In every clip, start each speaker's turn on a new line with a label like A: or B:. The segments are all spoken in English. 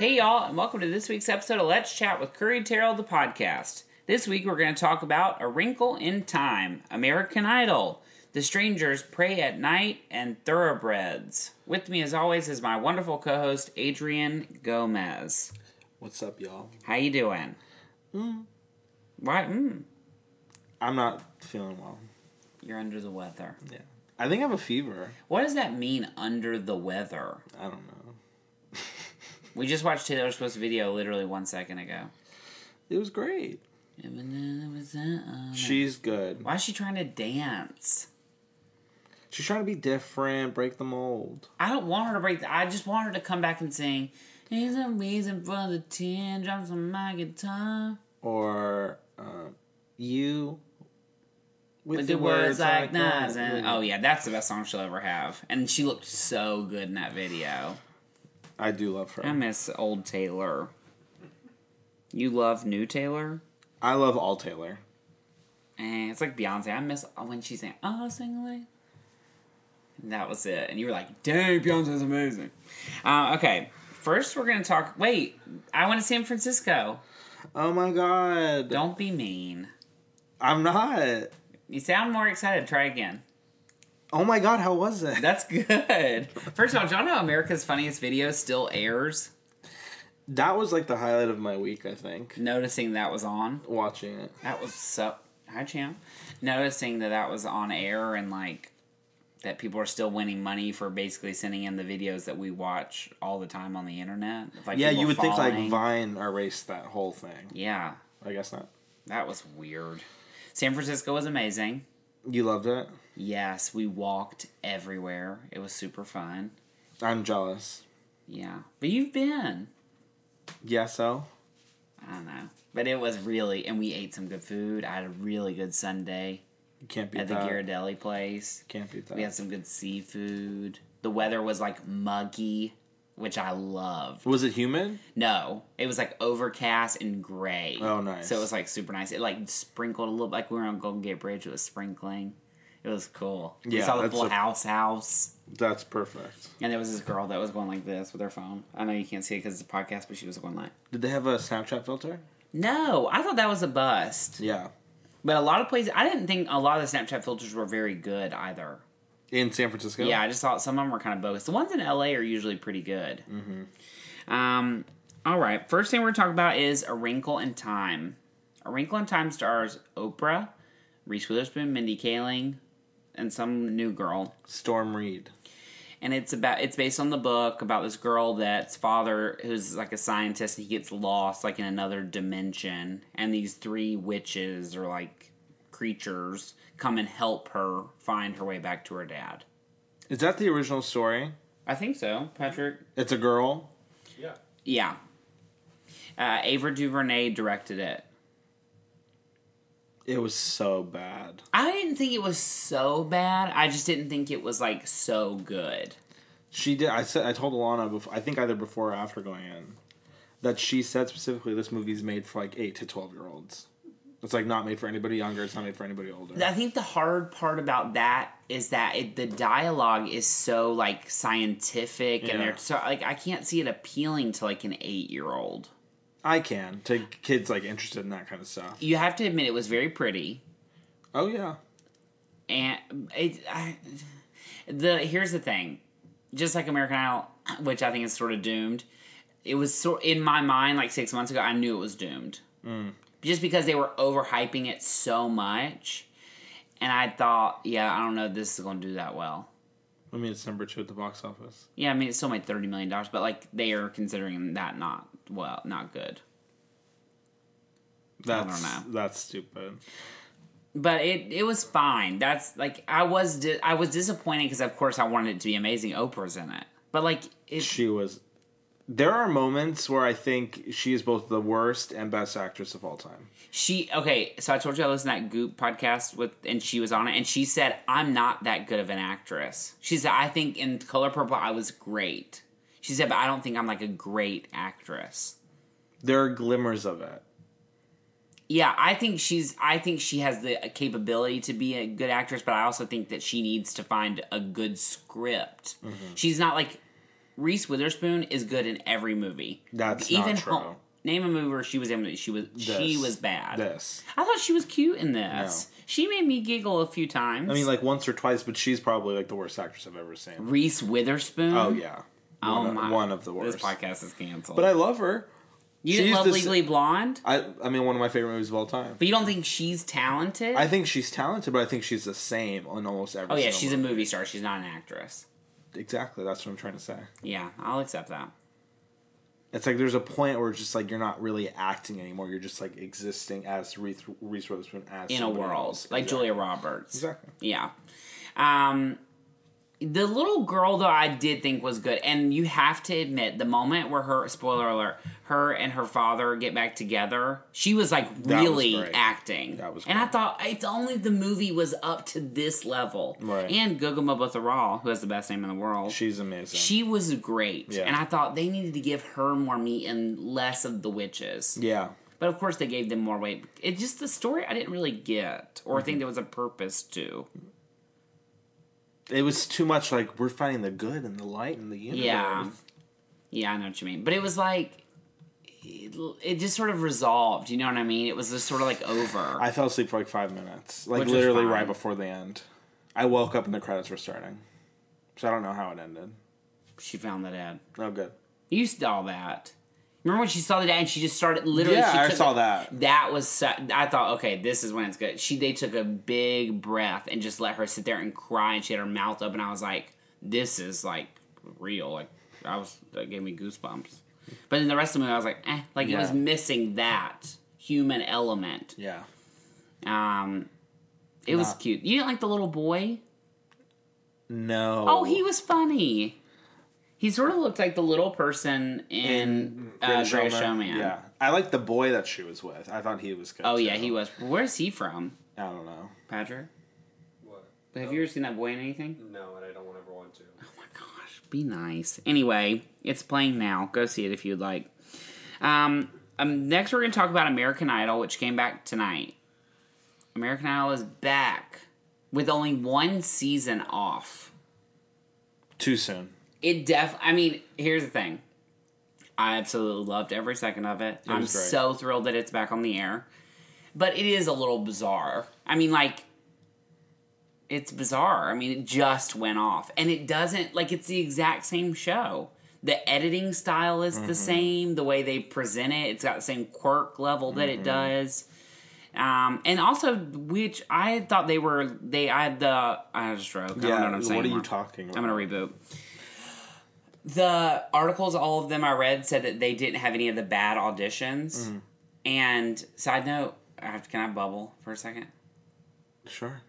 A: y'all, and welcome to this week's episode of Let's Chat with Curry Terrell, the podcast. This week, we're going to talk about A Wrinkle in Time, American Idol, The Strangers, Pray at Night, and Thoroughbreds. With me, as always, is my wonderful co-host Adrian Gomez.
B: What's up, y'all?
A: How you doing? Why? Mm,
B: I'm not feeling well.
A: you're under the weather.
B: Yeah. I think I have a fever.
A: What does that mean? Under the weather?
B: I don't know.
A: We just watched Taylor Swift's video literally one second ago.
B: It was great. She's good.
A: Why is she trying to dance?
B: She's trying to be different, break the mold.
A: I don't want her to break. The, I just want her to come back and sing. There's a reason for the ten drums on my guitar.
B: Or um, you with,
A: With the words like knives and oh yeah, that's the best song she'll ever have. And she looked so good in that video.
B: I do love her.
A: I miss old Taylor. You love new Taylor?
B: I love all Taylor.
A: And it's like Beyonce. I miss when she sang "Oh, Sing Away." And that was it. And you were like, "Dang, Beyonce's amazing." Uh, okay, first we're gonna talk. Wait, I went to San Francisco.
B: Oh my god.
A: Don't be mean.
B: I'm not.
A: You sound more excited. Try again.
B: Oh my god, how was it?
A: That's good. First of all, do you know America's Funniest Video still airs?
B: That was like the highlight of my week, I think.
A: Noticing that was on.
B: Watching it.
A: That was so. Hi, champ. Noticing that that was on air and like that people are still winning money for basically sending in the videos that we watch all the time on the internet. of, Like
B: Yeah,
A: people
B: you would think like
A: falling.
B: Vine erased that whole thing.
A: yeah,
B: I guess not.
A: that was weird. San Francisco was amazing.
B: You loved it?
A: Yes, we walked everywhere. It was super fun.
B: I'm jealous.
A: Yeah, but you've been.
B: Yeah, so?
A: I don't know. But it was really, and we ate some good food. I had a really good Sunday
B: You can't beat
A: at the
B: that.
A: Ghirardelli place.
B: Can't beat that.
A: We had some good seafood. The weather was like muggy, which I love.
B: Was it humid?
A: No, it was like overcast and gray.
B: Oh, nice.
A: So it was like super nice. It like sprinkled a little, like we were on Golden Gate Bridge. It was sprinkling. It was cool. we
B: Yeah,
A: saw the
B: that's
A: full
B: a-
A: house house.
B: That's perfect.
A: And there was this girl that was going like this with her phone. I know you can't see it because it's a podcast, but she was going like,
B: Did they have a Snapchat filter?
A: no, I thought that was a bust.
B: Yeah.
A: But a lot of places, I didn't think a lot of the Snapchat filters were very good either.
B: In San Francisco?
A: Yeah, I just thought some of them were kind of bogus. The ones in LA are usually pretty good. Um, all right, first thing we're going to talk about is A Wrinkle in Time. A Wrinkle in Time stars Oprah, Reese Witherspoon, Mindy Kaling, and some new girl.
B: Storm Reed.
A: And it's about it's based on the book about this girl that's father who's like a scientist and he gets lost like in another dimension and these three witches or like creatures come and help her find her way back to her dad.
B: Is that the original story?
A: I think so, Patrick.
B: It's a girl.
C: Yeah.
A: Yeah. Uh, Ava DuVernay directed it.
B: It was so bad.
A: I didn't think it was so bad. I just didn't think it was like so good.
B: She did. I said. I told Alana. Before, I think either before or after going in, that she said specifically this movie's made for like eight to twelve year olds. It's like not made for anybody younger. It's not made for anybody older.
A: I think the hard part about that is that it, the dialogue is so like scientific and
B: Yeah.
A: they're so like I can't see it appealing to like an 8-year-old.
B: I can to kids like interested in that kind of stuff.
A: You have to admit it was very pretty
B: Oh yeah.
A: and it I, the here's the thing. Just like American Idol, which I think is sort of doomed. It was sort in my mind like 6 months ago I knew it was doomed. Just because they were overhyping it so much and I thought, yeah, I don't know if this is going to do that well.
B: I mean, it's number two at the box office.
A: Yeah, I mean, it still made thirty million dollars, but like they are considering that not well, not good. don't
B: That's
A: know.
B: that's stupid.
A: But it it was fine. That's like I was di- I was disappointed because of course I wanted it to be amazing. Oprah's in it, but like it,
B: she was there are moments where i think she is both the worst and best actress of all time
A: she okay. So I told you I listened to that Goop podcast with, and she was on it, and she said I'm not that good of an actress. She said I think in Color Purple I was great. She said, but I don't think I'm like a great actress.
B: there are glimmers of it
A: Yeah, I think she's. I think she has the uh, capability to be a good
B: Mm-hmm.
A: actress, but I also think that she needs to find a good script. She's not like Reese Witherspoon is good in every movie.
B: That's not true.
A: Home- name a movie where she was in. She was she
B: This.
A: was bad.
B: This.
A: I thought she was cute in this. She made me giggle a few times.
B: I mean, like once or twice, but she's probably like the worst actress I've ever seen.
A: Reese Witherspoon.
B: Oh yeah.
A: Oh,
B: One of-
A: my.
B: One of the
A: This
B: worst.
A: podcast is canceled.
B: But I love her.
A: you didn't
B: she's
A: love
B: the s-
A: Legally Blonde,
B: I I mean, one of my favorite movies of all time.
A: but you don't think she's talented.
B: I think she's talented, but I think she's the same on almost every.
A: oh yeah,
B: single
A: she's a
B: movie.
A: movie star. She's not an actress.
B: exactly. That's what I'm trying to say.
A: Yeah, I'll accept that.
B: It's like there's a point where it's just like you're not really acting anymore. You're just like existing as Reese, Reese Witherspoon as
A: In a
B: somebody
A: world
B: else.
A: like
B: Exactly.
A: Julia Roberts.
B: Exactly.
A: Yeah. Um, the little girl, though, I did think was good. And you have to admit, the moment where her, spoiler alert, her and her father get back together, she was like
B: was
A: really
B: great.
A: acting.
B: That was
A: And I
B: great.
A: thought it's only the movie was up to this level.
B: Right.
A: And Gugama Butharal, who has the best name in the world.
B: She's amazing.
A: she was great,
B: Yeah.
A: and I thought they needed to give her more meat and less of the witches.
B: yeah.
A: But of course, they gave them more weight. It's just the story I didn't really get, or
B: Mm-hmm.
A: think there was a purpose to.
B: It was too much like we're finding the good and the light in the universe.
A: Yeah. Yeah, I know what you mean. But it was like it, it just sort of resolved, you know what I mean? It was just sort of like over.
B: I fell asleep for like five minutes. Like
A: Which is
B: literally
A: fine.
B: right before the end. I woke up and the credits were starting. So I don't know how it ended.
A: she found that ad.
B: Oh good.
A: You saw all that. Remember when she saw the ad and she just started literally
B: Yeah,
A: she
B: I
A: took
B: saw
A: a-
B: that.
A: That was so, I thought okay, this is when it's good. She they took a big breath and just let her sit there and cry and she had her mouth open. I was like this is like real. Like I was that gave me goosebumps. But then the rest of the movie I was like eh, like it
B: Yeah.
A: was missing that human element.
B: Yeah.
A: Um, it was
B: Not-
A: cute. You didn't like the little boy?
B: No.
A: Oh, he was funny. He sort of looked like the little person in, uh,
B: Greatest
A: Greatest Showman.
B: Yeah. I like the boy that she was with. I thought he was good.
A: Oh yeah,
B: too.
A: he was. Where's he from,
B: I don't know.
A: Patrick?
C: What?
A: Have
C: No.
A: you ever seen that boy in anything?
C: No, and I don't ever want to.
A: Oh my gosh, be nice. Anyway, it's playing now. Go see it if you'd like. Um, um next we're gonna talk about American Idol, which came back tonight. American Idol is back with only one season off.
B: Too soon.
A: It def. I mean, here's the thing. I absolutely loved every second of it. I'm
B: was great.
A: so thrilled that it's back on the air. But it is a little bizarre. I mean, like, it's bizarre. I mean, it just went off. And it doesn't, like, it's the exact same show. The editing style is
B: Mm-hmm.
A: the same, the way they present it, it's got the same quirk level that
B: Mm-hmm.
A: it does. Um, and also, which I thought they were, they, I had the, I had a stroke.
B: Yeah.
A: I don't know what I'm saying.
B: what are you
A: anymore.
B: talking about?
A: I'm gonna reboot. The articles, all of them I read, said that they didn't have any of the bad auditions. And side note, I have- can I bubble for a second?
B: Sure.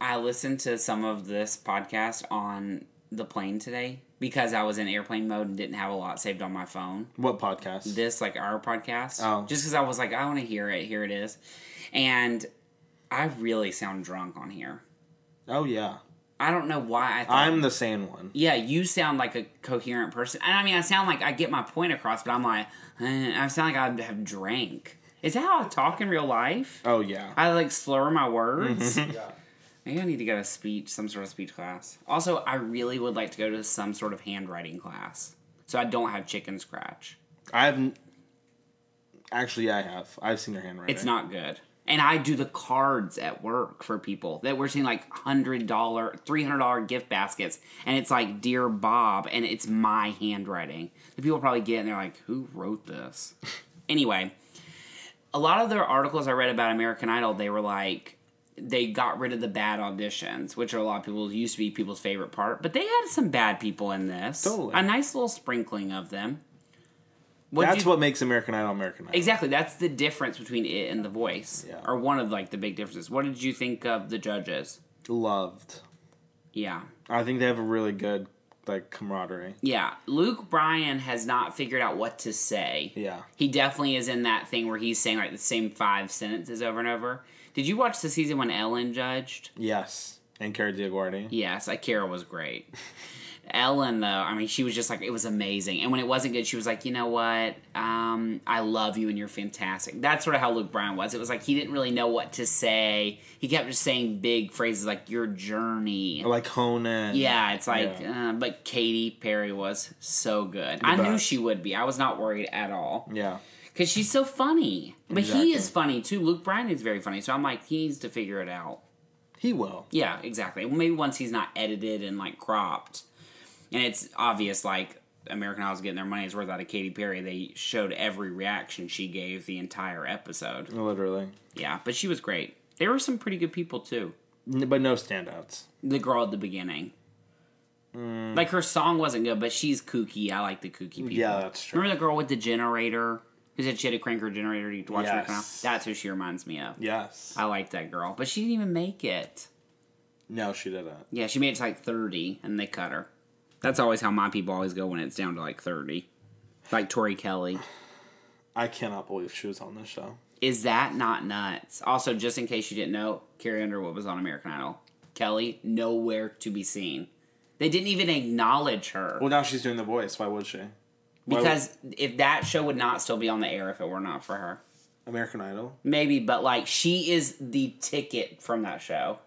A: I listened to some of this podcast on the plane today because I was in airplane mode and didn't have a lot saved on my phone
B: What podcast?
A: this like our podcast
B: Oh.
A: just because i was like i want to hear it here it is and i really sound drunk on here
B: oh yeah.
A: i don't know why i thought
B: I'm the sane one.
A: yeah, you sound like a coherent person. And I mean, I sound like I get my point across, but I'm like, eh, I sound like I have drank. Is that how I talk in real life?
B: Oh yeah.
A: I like slur my words.
C: Yeah.
A: Maybe I need to go to speech, some sort of speech class. Also, I really would like to go to some sort of handwriting class so I don't have chicken scratch.
B: I've n- actually I have. I've seen your handwriting.
A: It's not good. And I do the cards at work for people that we're seeing like hundred dollar, three hundred dollar gift baskets, and it's like dear Bob, and it's my handwriting. The people probably get it and they're like, who wrote this? anyway, a lot of the articles I read about American Idol, they were like they got rid of the bad auditions, which are a lot of people used to be people's favorite part, but they had some bad people in this.
B: Totally.
A: A nice little sprinkling of them. What'd
B: That's
A: you-
B: what makes American Idol American Idol.
A: Exactly. That's the difference between it and The Voice,
B: Yeah.
A: or one of like the big differences. What did you think of the judges?
B: Loved.
A: Yeah,
B: I think they have a really good like camaraderie.
A: yeah. Luke Bryan has not figured out what to say.
B: Yeah.
A: He definitely is in that thing where he's saying like the same five sentences over and over. Did you watch the season when Ellen judged?
B: Yes. And Cara Diaguardi.
A: Yes, I Kara was great. Ellen, though, I mean, she was just like, it was amazing. And when it wasn't good, she was like, you know what? Um, I love you and you're fantastic. That's sort of how Luke Bryan was. It was like he didn't really know what to say. He kept just saying big phrases like your journey.
B: Or like Conan.
A: Yeah, it's like,
B: Oh, Yeah.
A: uh, but Katy Perry was so good. I knew
B: best.
A: she would be. I was not worried at all
B: Yeah.
A: because she's so funny. But
B: Exactly.
A: he is funny too. Luke Bryan is very funny. So I'm like, he needs to figure it out.
B: He will.
A: Yeah, exactly. Well, maybe once he's not edited and like cropped, and it's obvious like American Idol's getting their money's worth out of Katy Perry. They showed every reaction she gave the entire episode.
B: Literally.
A: Yeah, but she was great. There were some pretty good people too.
B: N- But no standouts.
A: The girl at the beginning,
B: Mm.
A: like her song wasn't good, but she's kooky. I like the kooky people.
B: Yeah, that's true.
A: Remember the girl with the generator who said she had to crank her generator to watch
B: Yes.
A: American Idol? That's who she reminds me of.
B: Yes.
A: I liked that girl, but she didn't even make it.
B: No, she didn't.
A: Yeah, she made it to like 30 and they cut her. That's always how my people always go when it's down to like 30. Like Tori Kelly.
B: I cannot believe she was on this show.
A: Is that not nuts? Also, just in case you didn't know, Carrie Underwood was on American Idol. Kelly, nowhere to be seen. They didn't even acknowledge her.
B: Well, now she's doing The Voice. Why would she? Why would-
A: because if that show would not still be on the air if it were not for her.
B: American Idol.
A: Maybe, but like she is the ticket from that show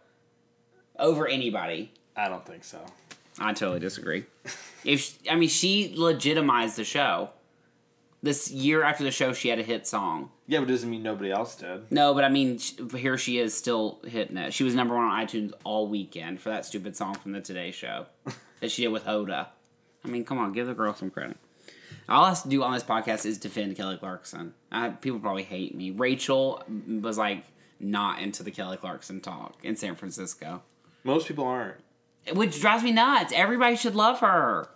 A: over anybody.
B: I don't think so.
A: I totally disagree. If sh I mean, she legitimized the show. This year after the show, she had a hit song.
B: Yeah, but it doesn't mean nobody else did.
A: No, but I mean, sh- here she is still hitting it. She was number one on iTunes all weekend for that stupid song from the Today Show that she did with Hoda. I mean, come on, give the girl some credit. All I have to do on this podcast is defend Kelly Clarkson. I, people probably hate me. Rachel was like not into the Kelly Clarkson talk in San Francisco,
B: Most people aren't.
A: which drives me nuts. Everybody should love her.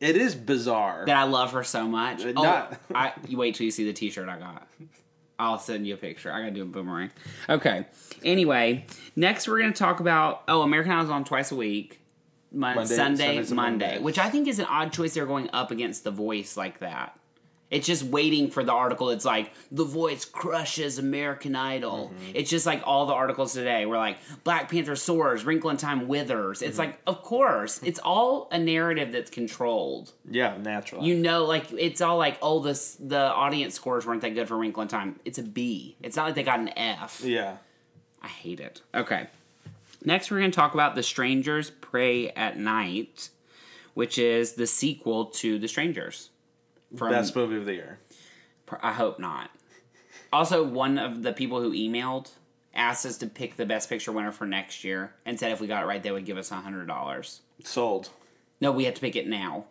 B: It is bizarre.
A: that I love her so much.
B: Uh,
A: oh,
B: not-
A: I you wait till you see the T-shirt I got. I'll send you a picture. I gotta do a boomerang. Okay. Anyway, next we're gonna talk about oh American Idol's on twice a week, Mon-
B: Monday,
A: Sunday,
B: Sundays and
A: Monday,
B: Mondays.
A: which I think is an odd choice. They're going up against The Voice like that. It's just waiting for the article. It's like The Voice crushes American Idol.
B: Mm-hmm.
A: It's just like all the articles today were like Black Panther soars, Wrinkle in Time withers. It's
B: Mm-hmm.
A: like of course, it's all a narrative that's controlled
B: yeah, naturally.
A: you know, like it's all like, oh, this the audience scores weren't that good for Wrinkle in Time. It's a B. It's not like they got an F. I
B: yeah.
A: hate it. Okay. Next, we're going to talk about The Strangers Pray at Night, which is the sequel to The Strangers. From,
B: Best movie of the year.
A: I hope not. Also, one of the people who emailed asked us to pick the best picture winner for next year and said if we got it right, they would give us $100.
B: Sold.
A: No, we have to pick it now.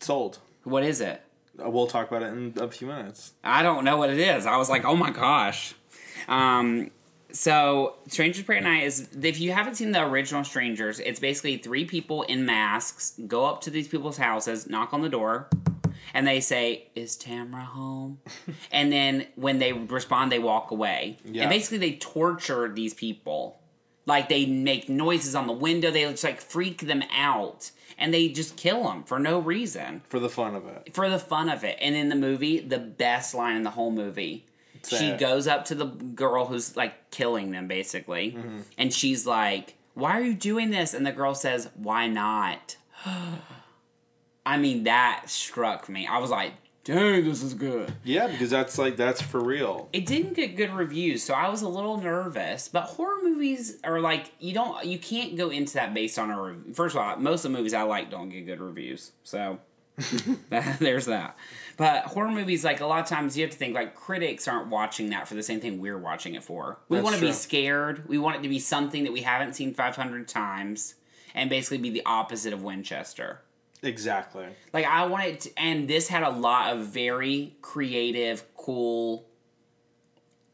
B: Sold.
A: What is it?
B: Uh, We'll talk about it in a few minutes.
A: I don't know what it is. I was like, oh my gosh. Um, so Strangers Pray at Night is if you haven't seen the original Strangers, it's basically three people in masks go up to these people's houses, knock on the door, and they say, "Is Tamra home?" and then when they respond, they walk away.
B: Yeah.
A: And basically, they torture these people. Like they make noises on the window. They just like freak them out, and they just kill them for no reason
B: For the fun of it.
A: for the fun of it. And in the movie, the best line in the whole movie. She
B: it.
A: goes up to the girl who's like killing them basically. And she's like, "Why are you doing this?" And the girl says, "Why not?" I mean, that struck me. I was like, "Dang, this is good."
B: Yeah, because that's like, that's for real.
A: It didn't get good reviews, so I was a little nervous. But horror movies are like you don't you can't go into that based on a review. First of all, most of the movies I like don't get good reviews, so there's that. But horror movies, like a lot of times, you have to think like critics aren't watching that for the same thing we're watching it for. We
B: That's
A: want to be
B: true.
A: scared. We want it to be something that we haven't seen 500 times, and basically be the opposite of Winchester.
B: Exactly.
A: Like I wanted, to, and this had a lot of very creative, cool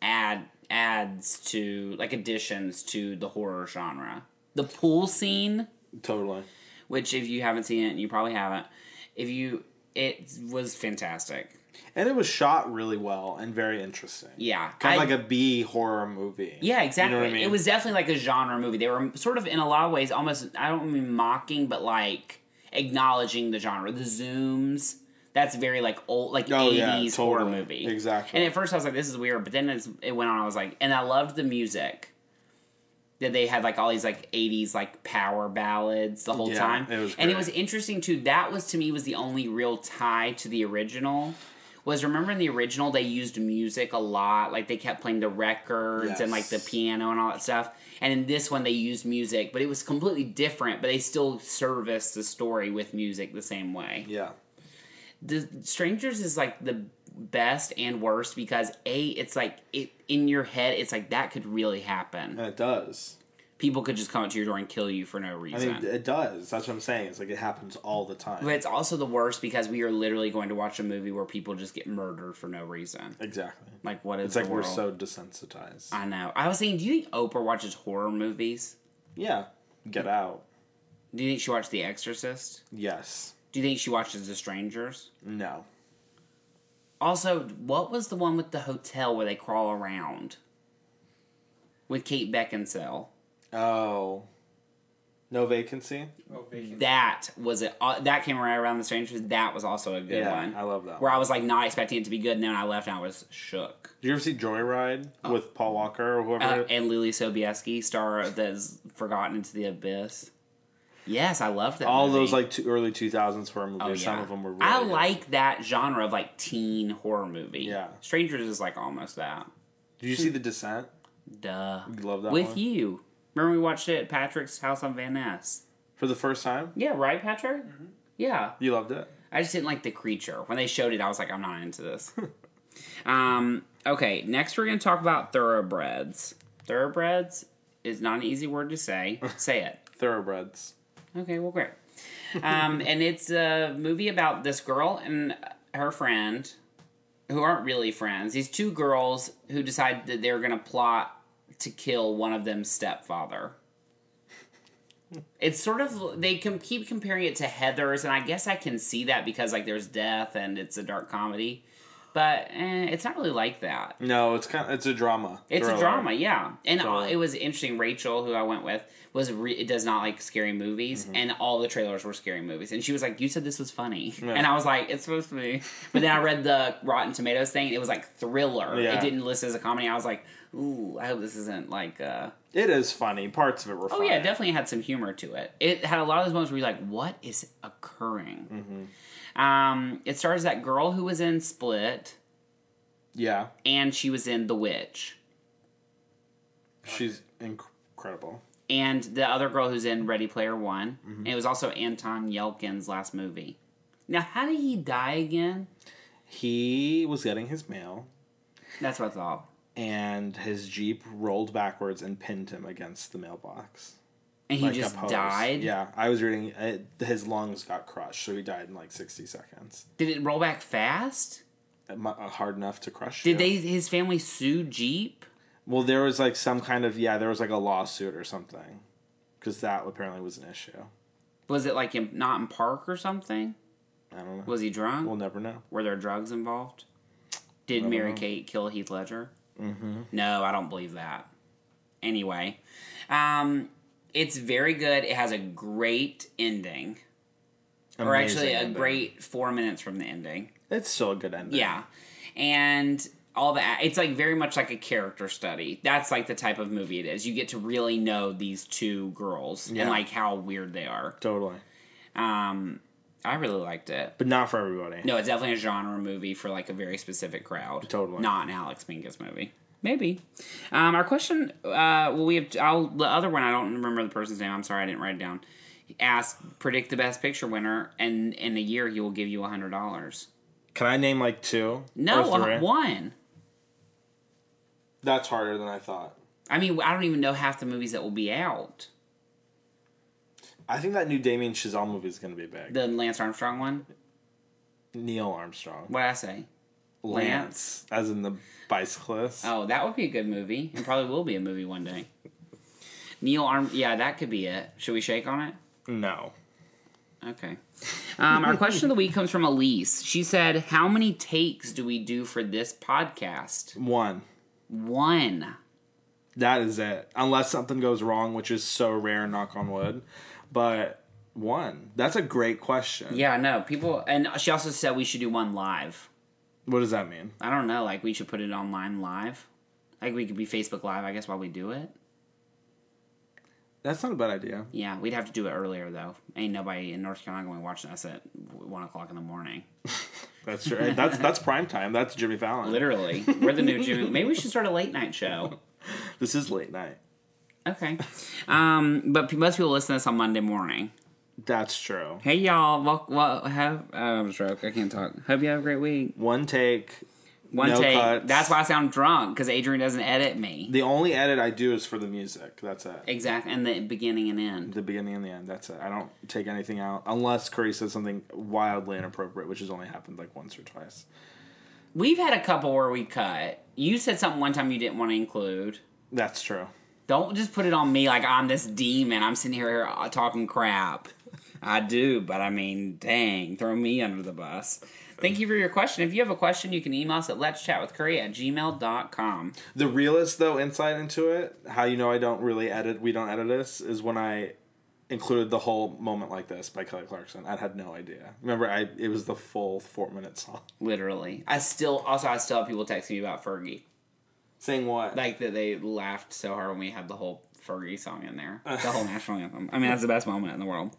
A: ad ads to like additions to the horror genre. The pool scene,
B: Totally.
A: which if you haven't seen it, and you probably haven't, if you it was fantastic.
B: And it was shot really well and very interesting.
A: Yeah,
B: Kind of
A: I-
B: like a B horror movie.
A: Yeah, exactly.
B: what I mean?
A: It was definitely like a genre movie. They were sort of in a lot of ways almost I don't mean mocking, but like acknowledging the genre. The zooms. That's very like old like
B: Oh,
A: eighties
B: yeah,
A: horror
B: totally.
A: movie.
B: Exactly.
A: And at first I was like, this is weird, but then as it went on, I was like and I loved the music. that they had like all these like 80s like power ballads the whole
B: Yeah,
A: time
B: it was
A: and it
B: great.
A: was interesting too that was to me was the only real tie to the original was remember in the original they used music a lot like they kept playing the records and like the
B: Yes.
A: piano and all that stuff and in this one they used music but it was completely different but they still serviced the story with music the same way
B: Yeah.
A: the strangers is like the best and worst because a it's like it in your head it's like that could really happen
B: And it does.
A: people could just come up to your door and kill you for no
B: Uh, I
A: reason
B: mean, it does. That's what I'm saying. It's like it happens all the time.
A: but it's also the worst because we are literally going to watch a movie where people just get murdered for no reason
B: exactly.
A: like what is
B: It's like
A: the world?
B: we're so desensitized.
A: i know i was thinking do you think oprah watches horror movies
B: yeah. Get out.
A: do you think she watched the exorcist
B: Yes.
A: do you think she watches the strangers
B: No.
A: also what was the one with the hotel where they crawl around with kate beckinsale
B: Oh. No vacancy?
C: Oh, vacant.
A: that was it. Uh, that came right around the strangers. That was also a good
B: Yeah.
A: one.
B: I love that.
A: Where
B: One.
A: I was like not expecting it to be good, and then I left and I was shook.
B: Did you ever see Joyride with Paul Walker or whoever?
A: Oh. Uh, and Lily Sobieski, star that is forgotten into the abyss. Yes, I loved that.
B: all
A: movie.
B: those like two, early 2000s horror movies.
A: Oh,
B: Some
A: yeah.
B: of them were really
A: I
B: good.
A: like that genre of like teen horror movie.
B: Yeah.
A: Strangers is like almost that.
B: Did you see The Descent?
A: Duh.
B: You love that
A: With
B: one?
A: you. Remember we watched it at Patrick's house on Van Ness.
B: For the first time?
A: Yeah, right, Patrick?
B: Mm-hmm.
A: Yeah.
B: You loved it?
A: I just didn't like the creature. When they showed it, I was like, I'm not into this. um, okay, next we're going to talk about thoroughbreds. Thoroughbreds is not an easy word to say. say it.
B: Thoroughbreds.
A: Okay, well, great. Um, and it's a movie about this girl and her friend, who aren't really friends. These two girls who decide that they're going to plot to kill one of them's stepfather. It's sort of they can keep comparing it to Heather's, and I guess I can see that because like there's death and it's a dark comedy, but eh, it's not really like that.
B: No, it's kind of, it's a drama.
A: It's a
B: Thriller.
A: drama, yeah. And all,
B: Thriller.
A: it was interesting. Rachel, who I went with, was re- it does not like scary movies,
B: Mm-hmm.
A: and all the trailers were scary movies. And she was like, "You said this was funny," and I was like, "It's supposed to be." But then I read the Rotten Tomatoes thing; it was like thriller.
B: Yeah.
A: It didn't list as a comedy. I was like, "Ooh, I hope this isn't like." Uh...
B: It is funny. Parts of it were
A: Oh
B: funny.
A: yeah, it definitely had some humor to it. It had a lot of those moments where you're like, "What is occurring?"
B: Mm-hmm.
A: Um, it stars that girl who was in Split,
B: Yeah.
A: and she was in The Witch.
B: She's incredible.
A: and the other girl who's in Ready Player One.
B: Mm-hmm.
A: And it was also Anton Yelkin's last movie. Now, how did he die again?
B: He was getting his mail,
A: That's what I thought.
B: and his jeep rolled backwards and pinned him against the mailbox.
A: And he
B: Like a
A: just
B: post.
A: died.
B: Yeah, I was reading. It, his lungs got crushed, so he died in like sixty seconds.
A: Did it roll back fast?
B: It mu- uh, Hard enough to crush.
A: Did they?
B: you.
A: His family sue Jeep.
B: Well, there was like some kind of yeah. There was like a lawsuit or something, because that apparently was an issue.
A: Was it like in, not in park or something?
B: I don't know.
A: Was he drunk?
B: we'll never know.
A: Were there drugs involved? Did Mary Kate kill Heath Ledger? Mm-hmm. No, I don't believe that. Anyway, um, it's very good. It has a great ending. or
B: Amazing
A: actually a
B: ending.
A: great four minutes from the ending.
B: It's still a good ending.
A: Yeah, and all that. It's like very much like a character study. That's like the type of movie it is. You get to really know these two girls
B: Yeah.
A: and like how weird they are.
B: totally.
A: Um, I really liked it.
B: But not for everybody.
A: No, it's definitely a genre movie for like a very specific crowd.
B: Totally.
A: not an Alex Minkus movie. Maybe. Um, our question. Uh, well, we have. I'll, the other one. I don't remember the person's name. I'm sorry, I didn't write it down. Ask, predict the best picture winner, and in a year he will give you a hundred dollars.
B: Can I name like two?
A: No,
B: Or three?
A: uh, one.
B: That's harder than I thought.
A: I mean, I don't even know half the movies that will be out.
B: I think that new Damien Chazelle movie is going to be big.
A: The Lance Armstrong one.
B: Neil Armstrong.
A: What I say? Lance.
B: Lance, as in the bicyclist.
A: Oh, that would be a good movie, and probably will be a movie one day. Neil Arm. Yeah, that could be it. Should we shake on it?
B: No.
A: Okay. Um, our question of the week comes from Elise. She said, How many takes do we do for this podcast?
B: One.
A: One.
B: That is it. Unless something goes wrong, which is so rare, knock on wood. But one. That's a great question.
A: Yeah, no, people. And she also said we should do one live.
B: What does that mean?
A: I don't know, like we should put it online live. Like we could be Facebook Live, I guess, while we do it.
B: That's not a bad idea.
A: Yeah, we'd have to do it earlier though. Ain't nobody in North Carolina going to watch us at one o'clock in the morning.
B: That's true. that's that's prime time. That's Jimmy Fallon.
A: Literally, we're the new Jimmy. Maybe we should start a late night show.
B: This is late night.
A: Okay, um, but pe- most people listen to this on Monday morning.
B: That's true.
A: Hey y'all, well, well have uh, I'm a stroke. I can't talk. Hope you have a great week.
B: One take.
A: One
B: No
A: take.
B: cuts.
A: That's why I sound drunk because Adrian doesn't edit me.
B: The only edit I do is for the music. That's it.
A: Exactly, and the beginning and end.
B: The beginning and the end. That's it. I don't take anything out unless Curry says something wildly inappropriate, which has only happened like once or twice.
A: We've had a couple where we cut. You said something one time you didn't want to include.
B: That's true.
A: Don't just put it on me like I'm this demon. I'm sitting here uh, talking crap. I do, but I mean, dang, throw me under the bus. Thank you for your question. If you have a question, you can email us at let's chat with curry at gmail.com.
B: The realest though insight into it, how you know I don't really edit, we don't edit this, is when I included the whole moment like this by Kelly Clarkson. I had no idea. Remember, I it was the full four minute song.
A: Literally. I still, also, I still have people texting me about Fergie.
B: Saying what?
A: Like that they laughed so hard when we had the whole Fergie song in there, the whole national anthem. I mean, that's the best moment in the world.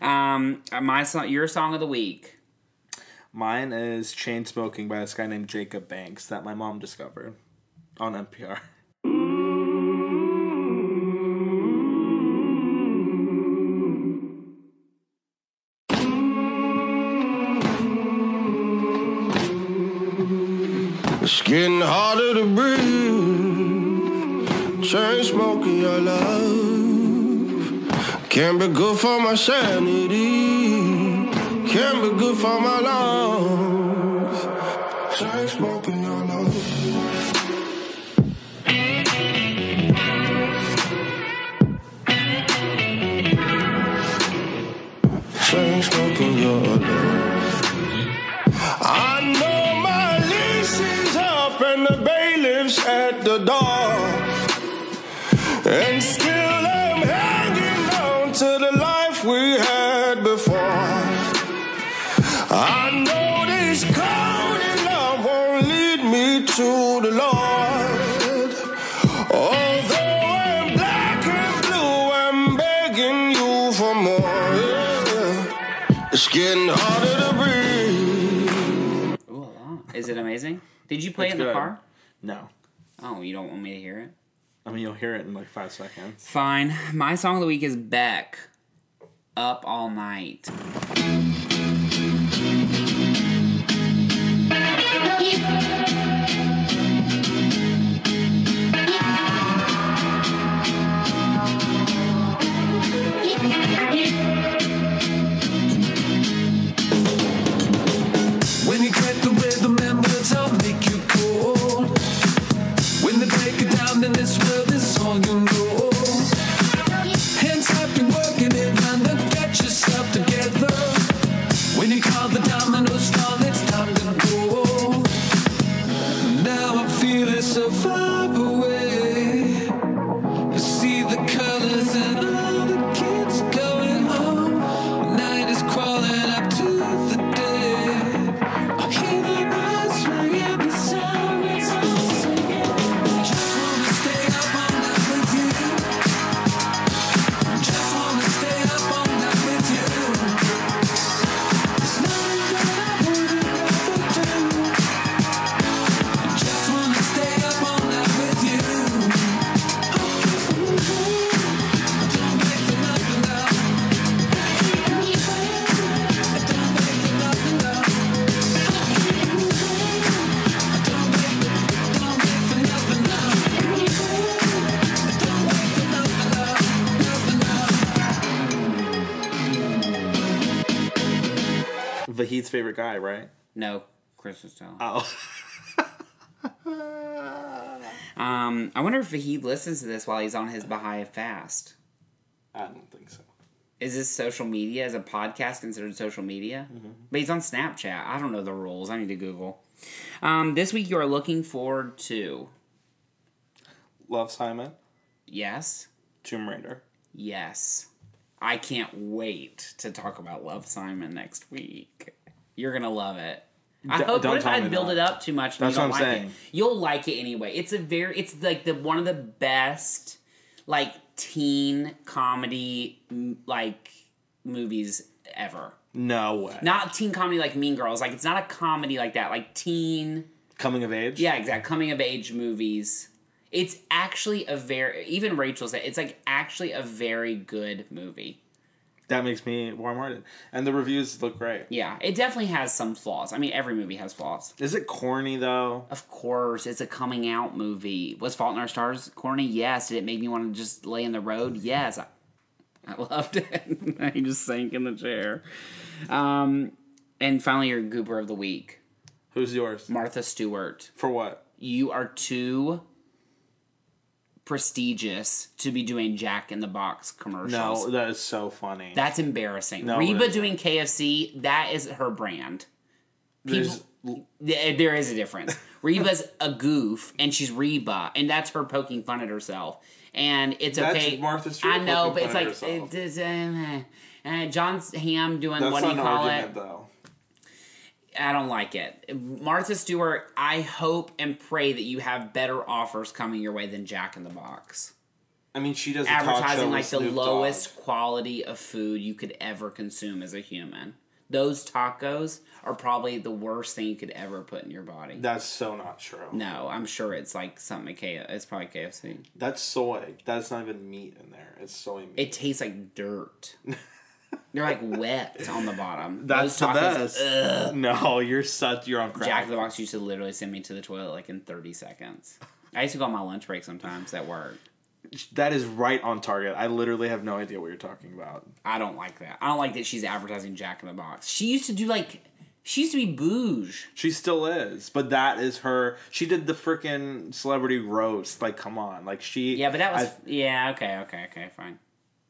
A: Um, my song, your song of the week.
B: Mine is Chain Smoking by this guy named Jacob Banks that my mom discovered on NPR.
D: It's getting harder to breathe. Chain smoking your love can be good for my sanity. Can be good for my lungs. Chain smoking your love. Chain smoking your love. I know my lease is up and the bailiff's at the door. And still I'm hanging on to the life we had before. I know this coded love won't lead me to the Lord. Although I'm black and blue, I'm begging you for more. yeah. It's getting harder to breathe.
A: Ooh, la la. Is it amazing? Did you play it in the
B: good.
A: car?
B: No.
A: Oh, you don't want me to hear it?
B: I mean, you'll hear it in like five seconds.
A: Fine. My song of the week is Beck. Up all night.
E: When you crack the rhythm and words, I'll make you cold. When they break it down, then this world is all you know. Hands up, you're working it round and get yourself together. When you call the dominoes fall, it's time to go. Now I'm feeling so far away. You see the colors and all the kids going home. Night is crawling up to the day. I hear the bells ringing, the sirens are singing. Just wanna stay up all night with you. Just wanna stay up all night with you. There's nothing that I wouldn't rather do. Just wanna stay up all night with you. Don't wait for nothing now. Don't wait for nothing now.
B: Vahid's favorite guy, right?
A: No, Chris is telling.
B: Oh.
A: Um, I wonder if he listens to this while he's on his Baha'i fast.
B: I don't think so.
A: Is this social media? Is a podcast considered social media? But he's on Snapchat. I don't know the rules. I need to Google. Um, this week you are looking forward to
B: Love Simon,
A: yes,
B: Tomb Raider.
A: yes. I can't wait to talk about Love Simon next week. You're gonna love it. I
B: D-
A: hope.
B: don't
A: What if
B: tell
A: I
B: me
A: build
B: that.
A: it up too much? And
B: That's
A: you don't
B: what I'm
A: like
B: saying.
A: It? You'll like it anyway. It's a very. It's like the one of the best like teen comedy m- like movies ever.
B: No way.
A: Not teen comedy like Mean Girls. Like it's not a comedy like that. Like teen.
B: Coming of age.
A: Yeah, exact Coming of age movies. It's actually a very even Rachel said it's like actually a very good movie.
B: That makes me warm-hearted, and the reviews look great.
A: Yeah, it definitely has some flaws. I mean, every movie has flaws.
B: Is it corny though?
A: Of course, it's a coming out movie. Was Fault in Our Stars corny? Yes. Did it make me want to just lay in the road? Yes. I, I loved it. I just sank in the chair. Um, and finally, your goober of the week,
B: Who's yours?
A: Martha Stewart.
B: For what?
A: you are too prestigious to be doing Jack in the Box commercials.
B: No, that is so funny.
A: That's embarrassing.
B: No, it
A: Reba
B: is.
A: doing KFC, that is her brand.
B: There's-
A: Th- There is a difference. Reba's a goof, and she's Reba, and that's her poking fun at herself. And it's
B: That's
A: okay.
B: Martha Stewart
A: I know,
B: poking
A: but it's
B: fun at
A: like
B: herself.
A: it is, uh, uh, John's ham doing
B: that's
A: what do
B: not
A: you
B: an
A: call
B: argument
A: it?
B: though.
A: I don't like it. Martha Stewart, I hope and pray that you have better offers coming your way than Jack in the Box.
B: I mean, she does a talk show
A: Advertising
B: with
A: like the
B: Snoop Dogg.
A: lowest quality of food you could ever consume as a human. Those tacos are probably the worst thing you could ever put in your body.
B: That's so not true.
A: no, I'm sure it's like something K. It's probably KFC.
B: That's soy. That's not even meat in there. It's soy meat.
A: It tastes like dirt. They're like wet on the bottom.
B: That's
A: Those
B: the
A: tacos,
B: best.
A: ugh.
B: No, you're such. You're on crack.
A: Jack in the Box used to literally send me to the toilet like in 30 seconds. I used to go on my lunch break sometimes at work.
B: That is right on target. I literally have no idea what you're talking about.
A: I don't like that. I don't like that she's advertising Jack in the Box. She used to do like, she used to be bouge.
B: She still is, but that is her. She did the freaking celebrity roast. Like, come on. Like she.
A: Yeah, but that was
B: I,
A: yeah. Okay, okay, okay, fine.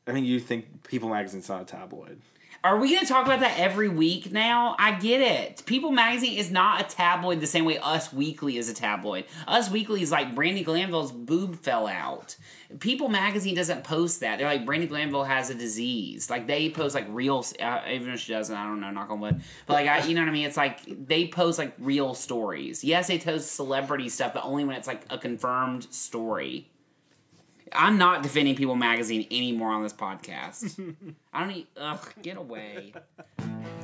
B: I mean, you think People Magazine's not a tabloid?
A: Are we gonna talk about that every week now? I get it. People Magazine is not a tabloid the same way Us Weekly is a tabloid. Us Weekly is like Brandy Glanville's boob fell out. People Magazine doesn't post that. They're like Brandy Glanville has a disease. Like they post like real. Uh, even if she doesn't, I don't know. Knock on wood. But like I, you know what I mean. It's like they post like real stories. Yes, they post celebrity stuff, but only when it's like a confirmed story. I'm not defending People Magazine anymore on this podcast. I don't need. Ugh, get away.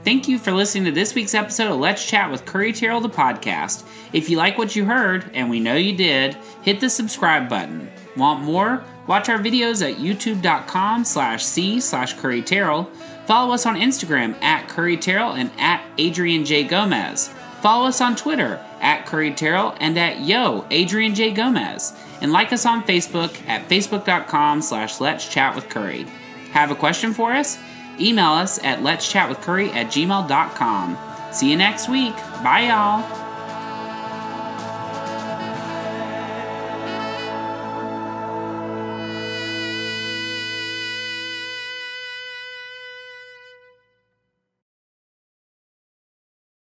A: Thank you for listening to this week's episode of Let's Chat with Curry Terrell, the podcast. If you like what you heard, and we know you did, hit the subscribe button. Want more? Watch our videos at youtube.com slash c slash Curry Terrell. Follow us on Instagram at Curry Terrell and at Adrian J. Gomez. Follow us on Twitter at Curry Terrell and at Yo Adrian J. Gomez. And like us on Facebook at facebook.com slash Let's Chat with Curry. Have a question for us? Email us at let's chat with curry at gmail.com. See you next week. Bye, y'all.